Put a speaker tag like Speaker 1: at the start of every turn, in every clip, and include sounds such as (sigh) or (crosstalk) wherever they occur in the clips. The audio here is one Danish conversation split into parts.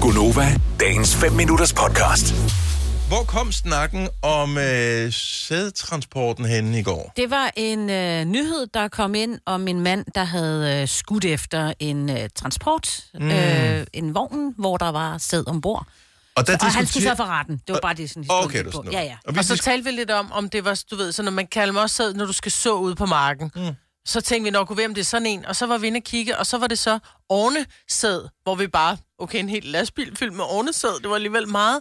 Speaker 1: Gunova, dagens 5 minutters podcast.
Speaker 2: Hvor kom snakken om øh, sædtransporten henne i går?
Speaker 3: Det var en øh, nyhed, der kom ind om en mand, der havde øh, skudt efter en øh, transport, mm. øh, en vogn, hvor der var sæd ombord.
Speaker 2: Og, der
Speaker 3: Og han skulle
Speaker 2: diskuterer-
Speaker 3: så for retten. Det var bare det, sådan
Speaker 2: Åh,
Speaker 3: historien
Speaker 2: Okay,
Speaker 3: gik
Speaker 2: det er
Speaker 3: på.
Speaker 2: sådan noget.
Speaker 3: Ja, ja.
Speaker 2: Og vi
Speaker 4: Og så
Speaker 2: disk-
Speaker 4: talte vi lidt om, om det var, du ved, så når man kalder mig også sad, når du skal så ud på marken, mm. så tænkte vi nok, gud, hvem det er sådan en, og så var vi inde og kigge, og så var det så ovnesæd, hvor vi bare, okay, en hel lastbil fyldt med ovnesæd, det var alligevel meget,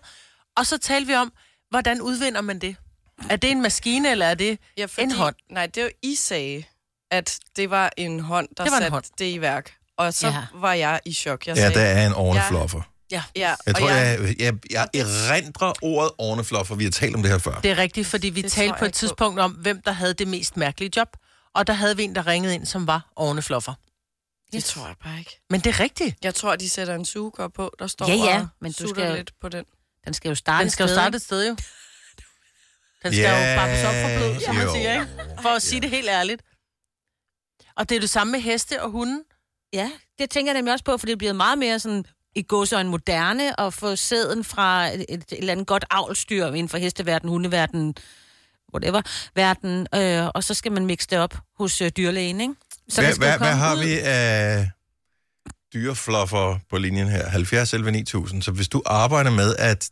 Speaker 4: og så talte vi om, hvordan udvinder man det? Er det en maskine, eller er det
Speaker 5: Ja, fordi,
Speaker 4: en hånd?
Speaker 5: Nej, det var I sagde, at det var en hånd, der
Speaker 4: Det var en
Speaker 5: satte
Speaker 4: hånd.
Speaker 5: det i værk. Og så
Speaker 3: Ja.
Speaker 5: ja. var jeg i chok. Jeg
Speaker 2: Ja,
Speaker 5: sagde,
Speaker 2: der er en ornefluffer.
Speaker 4: Ja.
Speaker 5: ja,
Speaker 2: Jeg
Speaker 5: og
Speaker 2: tror,
Speaker 5: jeg,
Speaker 2: jeg, jeg, jeg erindrer ordet ornefluffer. Vi har talt om det her før.
Speaker 4: Det er rigtigt, fordi vi
Speaker 5: Det
Speaker 4: det
Speaker 5: tror
Speaker 4: talte
Speaker 5: jeg
Speaker 4: på et
Speaker 5: ikke på.
Speaker 4: tidspunkt om, hvem der havde det mest mærkelige job, og der havde vi en, der ringede ind, som var ovnefluffer.
Speaker 5: det tror jeg bare ikke.
Speaker 4: Men det er rigtigt.
Speaker 5: Jeg tror, de sætter en sugekop på, der står
Speaker 3: Ja, ja,
Speaker 5: og
Speaker 3: men du
Speaker 5: sutter
Speaker 3: skal-
Speaker 5: lidt på den.
Speaker 3: Den skal jo starte
Speaker 4: Den skal jo
Speaker 3: et sted,
Speaker 4: starte et sted, jo. Den skal
Speaker 2: Ja,
Speaker 4: jo bakkes op for blød, som man
Speaker 2: jo.
Speaker 4: siger, ikke? For at sige det helt ærligt. Og det er det samme med heste og hunde.
Speaker 3: ikke? Ja, det tænker jeg nemlig også på, for det er blevet meget mere sådan i gåsøjne moderne at få sæden fra et, et, et eller andet godt avlstyr inden for hesteverden, hundeverden, whatever, verden, øh, og så skal man mixe det op hos øh, dyrlægen, ikke? Så
Speaker 2: Hvad,
Speaker 3: den skal jo
Speaker 2: hvad, hvad
Speaker 3: komme
Speaker 2: har
Speaker 3: ud.
Speaker 2: vi af dyrefluffer på linjen her? 70 11 9000. Så hvis du arbejder med at...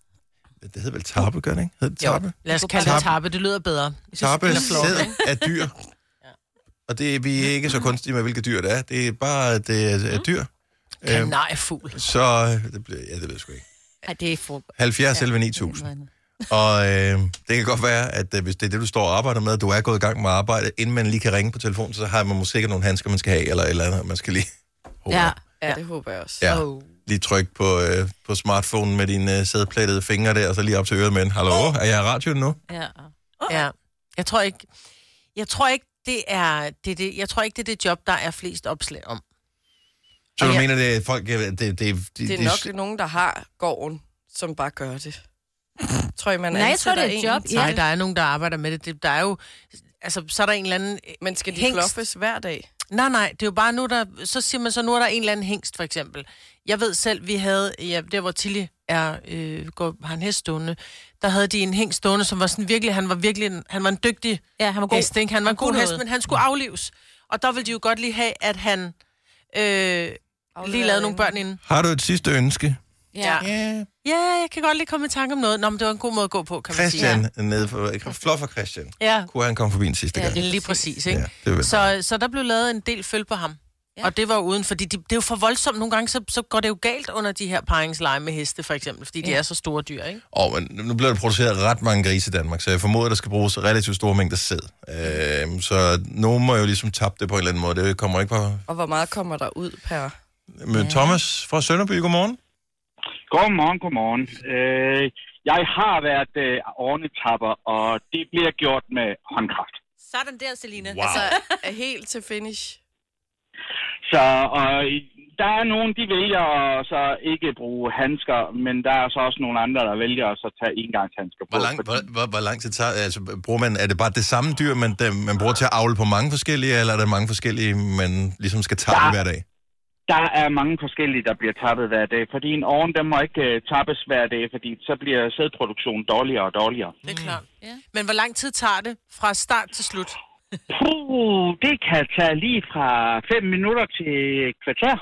Speaker 2: Det hedder vel tarpe, gør det ikke? Hedder det tarpe?
Speaker 4: Lad os kalde
Speaker 2: Tarpe.
Speaker 4: det tarpe, det lyder bedre.
Speaker 2: Tarpe
Speaker 4: Eller flot.
Speaker 2: sæd af dyr. Og det, vi er ikke så kunstige med, hvilke dyr det er. Det er bare, at det er-
Speaker 3: Mm.
Speaker 2: er dyr. Øhm,
Speaker 4: Kanariefugl.
Speaker 2: Så, øh, det bliver, ja, det ved jeg sgu ikke.
Speaker 3: Ej, det er for...
Speaker 2: 70 11 9000. Og øh, det kan godt være, at øh, hvis det er det, du står og arbejder med, du er gået i gang med arbejde, inden man lige kan ringe på telefonen, så har man måske sikkert nogle handsker, man skal have, eller et eller andet, man skal lige, (laughs) håber
Speaker 3: Ja,
Speaker 2: jeg.
Speaker 5: Ja, det håber jeg også.
Speaker 2: Ja.
Speaker 4: Oh.
Speaker 2: lige trykke på, øh, på smartphonen med dine øh, sædplettede fingre der, og så lige op til øret med en, hallo, er jeg i radioen nu?
Speaker 3: ja.
Speaker 4: Ja. Jeg tror ikke, jeg tror ikke, det er, det, er det, jeg tror ikke, det er det job, der er flest opslag om.
Speaker 2: Så du
Speaker 4: Og jeg-
Speaker 2: mener, det er folk, øh, det, det, det,
Speaker 5: Det er nok nogen, der har gården, som bare gør det. Tror I, man
Speaker 3: Nej, jeg tror,
Speaker 5: ansætter
Speaker 3: det er et
Speaker 5: en
Speaker 3: job.
Speaker 5: til-
Speaker 4: Nej, der er nogen, der arbejder med det. det der er jo, altså, så er der en eller anden...
Speaker 5: Men skal de
Speaker 4: Hængst.
Speaker 5: fluffes hver dag?
Speaker 4: Nej, nej, det er jo bare nu, der, så siger man så, nu er der en eller anden hengst, for eksempel. Jeg ved selv, vi havde, ja, der hvor Tilly er, øh, går, har en hest stående, der havde de en hengst stående, som var sådan virkelig, han var virkelig, en, han var en dygtig
Speaker 3: Ja, han var god.
Speaker 4: hest, ikke? Han var en god
Speaker 3: kunne
Speaker 4: hest,
Speaker 3: noget.
Speaker 4: men han skulle aflives. Og der ville de jo godt lige have, at han øh, lige lavede nogle børn inden.
Speaker 2: Har du et sidste ønske?
Speaker 3: Ja.
Speaker 2: Ja.
Speaker 4: Ja, jeg kan godt lige komme i tanke om noget. Nå, men det var en god måde at gå på, kan man sige.
Speaker 2: Christian, ja. nede for, flot for Christian.
Speaker 4: Ja,
Speaker 2: Kunne han komme forbi en sidste gang?
Speaker 4: ja lige præcis, ikke?
Speaker 2: Ja, det vil. Så...
Speaker 4: Så, så der blev lavet en del følge på ham.
Speaker 3: Ja.
Speaker 4: Ja. Og det var jo uden, fordi de, det er jo for voldsomt. Nogle gange, så, så går det jo galt under de her paringsleje med heste, for eksempel, fordi ja. de er så store dyr, ikke?
Speaker 2: Oh, men nu bliver der produceret ret mange grise i Danmark, så jeg formoder, der skal bruges relativt store mængder sæd. Øh, så nogen må jo ligesom tabe det på en eller anden måde. Det kommer ikke på...
Speaker 5: Og hvor meget kommer der ud per...
Speaker 2: Men ja. Thomas fra Sønderby, godmorgen.
Speaker 6: Godmorgen, godmorgen. Øh, jeg har været øh, ornetapper, og det bliver gjort med håndkraft.
Speaker 3: Sådan der, Selina.
Speaker 2: Wow.
Speaker 5: Så er (laughs) helt til finish.
Speaker 6: Så og, i- der er nogen, de vælger at så ikke bruge handsker, men der er så også nogle andre, der vælger at så tage engangshandsker på.
Speaker 2: Hvor lang,
Speaker 6: fordi-
Speaker 2: hvor, hvor, hvor lang tid tager, altså, bruger man, er det bare det samme dyr, man, dem- man bruger til at avle på mange forskellige, eller er der mange forskellige, man ligesom skal tage
Speaker 6: Der-
Speaker 2: hver dag?
Speaker 6: Der er mange forskellige, der bliver tappet hver dag, fordi en ovn, den må ikke øh, tappes hver dag, fordi så bliver sædproduktionen dårligere og dårligere.
Speaker 4: Det er klart.
Speaker 3: Ja.
Speaker 4: Mm. Men hvor lang tid tager det fra start til slut?
Speaker 6: Puh, det kan tage lige fra 5 minutter til et kvarter.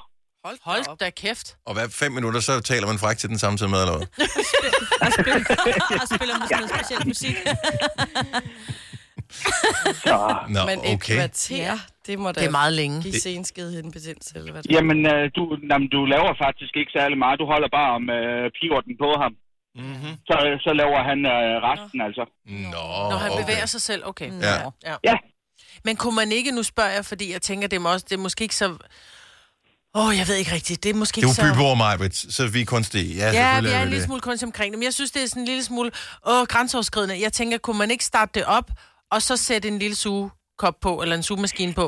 Speaker 5: Hold, da op.
Speaker 4: Hold da kæft.
Speaker 2: Og hver fem minutter, så taler man frækt til den samtidig med, eller hvad?
Speaker 3: (laughs) Og spiller måske noget speciel musik.
Speaker 6: Så
Speaker 2: Nå,
Speaker 5: Men et okay.
Speaker 2: okay.
Speaker 5: kvarter, det må da
Speaker 4: Det er meget længe.
Speaker 5: give senskede eller hvad det er.
Speaker 6: Jamen, øh, du, jamen, du laver faktisk ikke særlig meget. Du holder bare om øh, pivorten på ham.
Speaker 2: Mm-hmm.
Speaker 6: Så, så laver han øh, resten, altså.
Speaker 2: Nå,
Speaker 4: Når han
Speaker 2: okay.
Speaker 4: bevæger sig selv, okay.
Speaker 2: Ja.
Speaker 4: Mm. ja.
Speaker 6: Ja.
Speaker 4: Men kunne man ikke, nu spørger jeg, fordi jeg tænker, det er, også, det er måske ikke så... Åh, oh, jeg ved ikke rigtigt. Det er måske
Speaker 2: Det er
Speaker 4: ikke så...
Speaker 2: jo byboer, Majbrit, så vi er kunstige. Ja,
Speaker 4: Ja,
Speaker 2: selvfølgelig
Speaker 4: vi er
Speaker 2: vi
Speaker 4: en lille
Speaker 2: det.
Speaker 4: smule kunstig omkring det, men jeg synes, det er sådan en lille smule åh, grænseoverskridende. Jeg tænker, kunne man ikke starte det op, og så sætte en lille sugekop på, eller en sugemaskine på?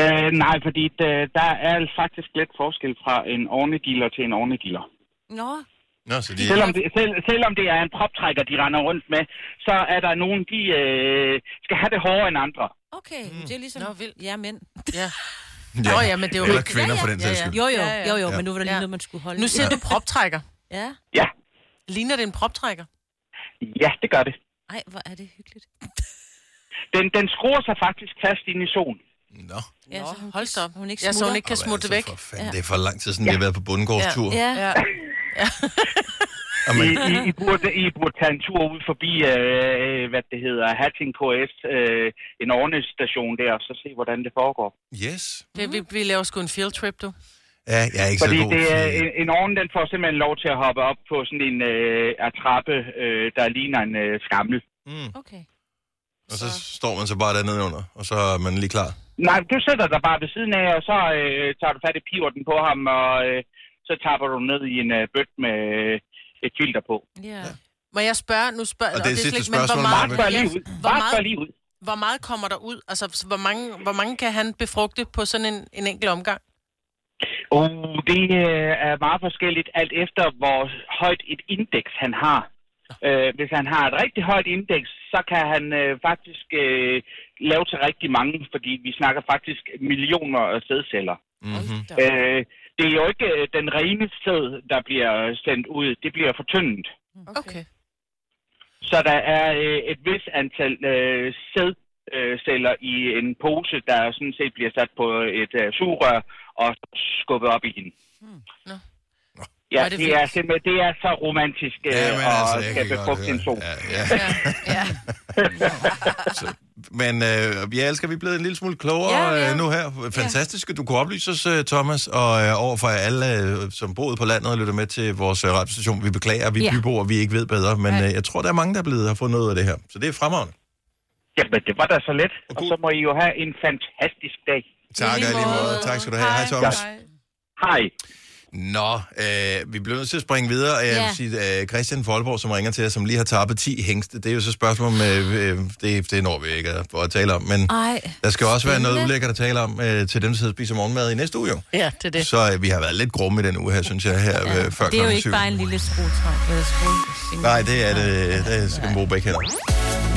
Speaker 6: Øh, nej, fordi det, der er faktisk lidt forskel fra en ornediller til en ornediller.
Speaker 3: (laughs) Nå,
Speaker 2: Nå, så de,
Speaker 6: Selvom det, selv, selvom det er en proptrækker, de render rundt med, så er der nogen, de øh, skal have det hårdere end andre.
Speaker 3: okay. Mm. Det er ligesom...
Speaker 4: Nå, vildt.
Speaker 3: Ja, men...
Speaker 4: Ja. Ja. Nå ja, men det er jo
Speaker 2: Eller
Speaker 4: rigtigt.
Speaker 2: kvinder for den
Speaker 4: ja,
Speaker 2: sags
Speaker 4: ja.
Speaker 2: skyld.
Speaker 3: Jo, jo,
Speaker 4: Ja, ja.
Speaker 3: jo, jo,
Speaker 2: Ja.
Speaker 3: men nu var det lige
Speaker 4: Ja.
Speaker 3: noget, man skulle holde.
Speaker 4: Nu siger du proptrækker.
Speaker 3: Ja.
Speaker 6: Ja,
Speaker 4: Ligner det en proptrækker?
Speaker 6: ja, det gør det.
Speaker 3: Ej, hvor er det hyggeligt.
Speaker 6: Den, den skruer sig faktisk fast ind i solen.
Speaker 2: Nå.
Speaker 3: Ja, så hun,
Speaker 4: Hold da op.
Speaker 3: hun ikke
Speaker 4: Ja, så hun
Speaker 3: smutter.
Speaker 4: ikke kan
Speaker 2: Jamen,
Speaker 4: smutte det
Speaker 2: altså,
Speaker 4: væk.
Speaker 2: For fanden, det er for lang tid siden, vi har været på bundgårdstur. Ja.
Speaker 3: Ja.
Speaker 4: Ja.
Speaker 2: Og
Speaker 6: I,
Speaker 2: man,
Speaker 6: I, I, burde, I burde tage en tur ud forbi, øh, hvad det hedder, Hatting KS, øh, en ordnestation der, og så se, hvordan det foregår.
Speaker 2: yes.
Speaker 4: Det, vi, vi laver sgu en field trip, du.
Speaker 2: Ja, jeg er ikke
Speaker 6: Fordi
Speaker 2: så god
Speaker 6: det er,
Speaker 2: til...
Speaker 6: en, en ovn, den får simpelthen lov til at hoppe op på sådan en øh, trappe, øh, der ligner en øh, skammel.
Speaker 2: Mm.
Speaker 3: Okay.
Speaker 2: Og så står man så bare dernede under, og så er man lige klar.
Speaker 6: Nej, du sætter dig bare ved siden af, og så øh, tager du fat i pivoten på ham, og øh, så tapper du ned i en øh, bødt med øh, et filter på.
Speaker 3: Ja.
Speaker 4: Må jeg spørge? Nu spørger,
Speaker 2: Og det er
Speaker 4: slet
Speaker 2: sidste
Speaker 4: ikke- men hvor
Speaker 2: spørgsmål,
Speaker 4: meget-
Speaker 2: Maja.
Speaker 6: Bare lige ud.
Speaker 4: Hvor
Speaker 6: Bare
Speaker 4: meget,
Speaker 6: lige ud.
Speaker 4: hvor meget kommer der ud? Altså, hvor mange, hvor mange kan han befrugte på sådan en, en enkelt omgang?
Speaker 6: Uh, det øh, er meget forskelligt, alt efter hvor højt et indeks han har. Øh, hvis han har et rigtig højt indeks, så kan han øh, faktisk øh, lave til rigtig mange, fordi vi snakker faktisk millioner af sædceller.
Speaker 2: Mm-hmm.
Speaker 6: Øh, det er jo ikke øh, den rene sæd, der bliver sendt ud. Det bliver fortyndet.
Speaker 4: Okay.
Speaker 6: Så der er øh, et vis antal øh, sædceller i en pose, der sådan set bliver sat på et øh, sugerør og skubbet op i hende.
Speaker 4: Hmm, Nå.
Speaker 6: Ja,
Speaker 4: Hvor er det
Speaker 6: det, det,
Speaker 4: vildt.
Speaker 6: er simpelthen, det er så romantisk øh,
Speaker 2: Ja, men altså,
Speaker 6: at
Speaker 2: jeg
Speaker 6: skabe
Speaker 2: kan godt
Speaker 6: frugt
Speaker 2: høre.
Speaker 6: sin sol.
Speaker 2: Ja, ja.
Speaker 5: Ja.
Speaker 2: (laughs) Så, men øh, jeg elsker, at vi er blevet en lille smule klogere ja,
Speaker 3: Ja,
Speaker 2: ja.
Speaker 3: ja.
Speaker 2: Øh, nu her. Fantastisk, at du kunne oplyse os, øh, Thomas, og øh, overfor alle, øh, som boede på landet og lytter med til vores øh, radiostation. Vi beklager, vi er
Speaker 3: Ja.
Speaker 2: byboer, vi ikke ved bedre, men øh, jeg tror, der er mange, der er blevet har fået noget af det her. Så det er fremragende.
Speaker 6: Jamen, det var da så let. Og
Speaker 2: god-
Speaker 6: så må I jo have en fantastisk dag.
Speaker 2: Tak,
Speaker 4: I lige
Speaker 2: og i lige måde.
Speaker 4: måde.
Speaker 2: Tak skal du have. Hej, Thomas.
Speaker 4: Hej.
Speaker 6: Hej.
Speaker 2: Nå, øh, vi bliver nødt til at springe videre. Jeg vil
Speaker 3: Ja.
Speaker 2: sige, øh, Christian Folborg, som ringer til os, som lige har tappet 10 hængste. Det er jo så et spørgsmål om, øh, øh, det, det når vi ikke at, at tale om, men
Speaker 3: Ej,
Speaker 2: der skal også være noget
Speaker 3: Ah, spændende.
Speaker 2: ulækkert at tale om øh, til dem, der sidder og spiser morgenmad i næste uge jo.
Speaker 4: Ja, det er det.
Speaker 2: Så øh, vi har været lidt grumme i den uge her, synes jeg, her ja, øh, før
Speaker 3: det er jo
Speaker 2: klokken
Speaker 3: ikke
Speaker 2: syv.
Speaker 3: bare en lille skruetræk. Eller skru...
Speaker 2: Nej, det er det. Det skal man bruge begge hænder.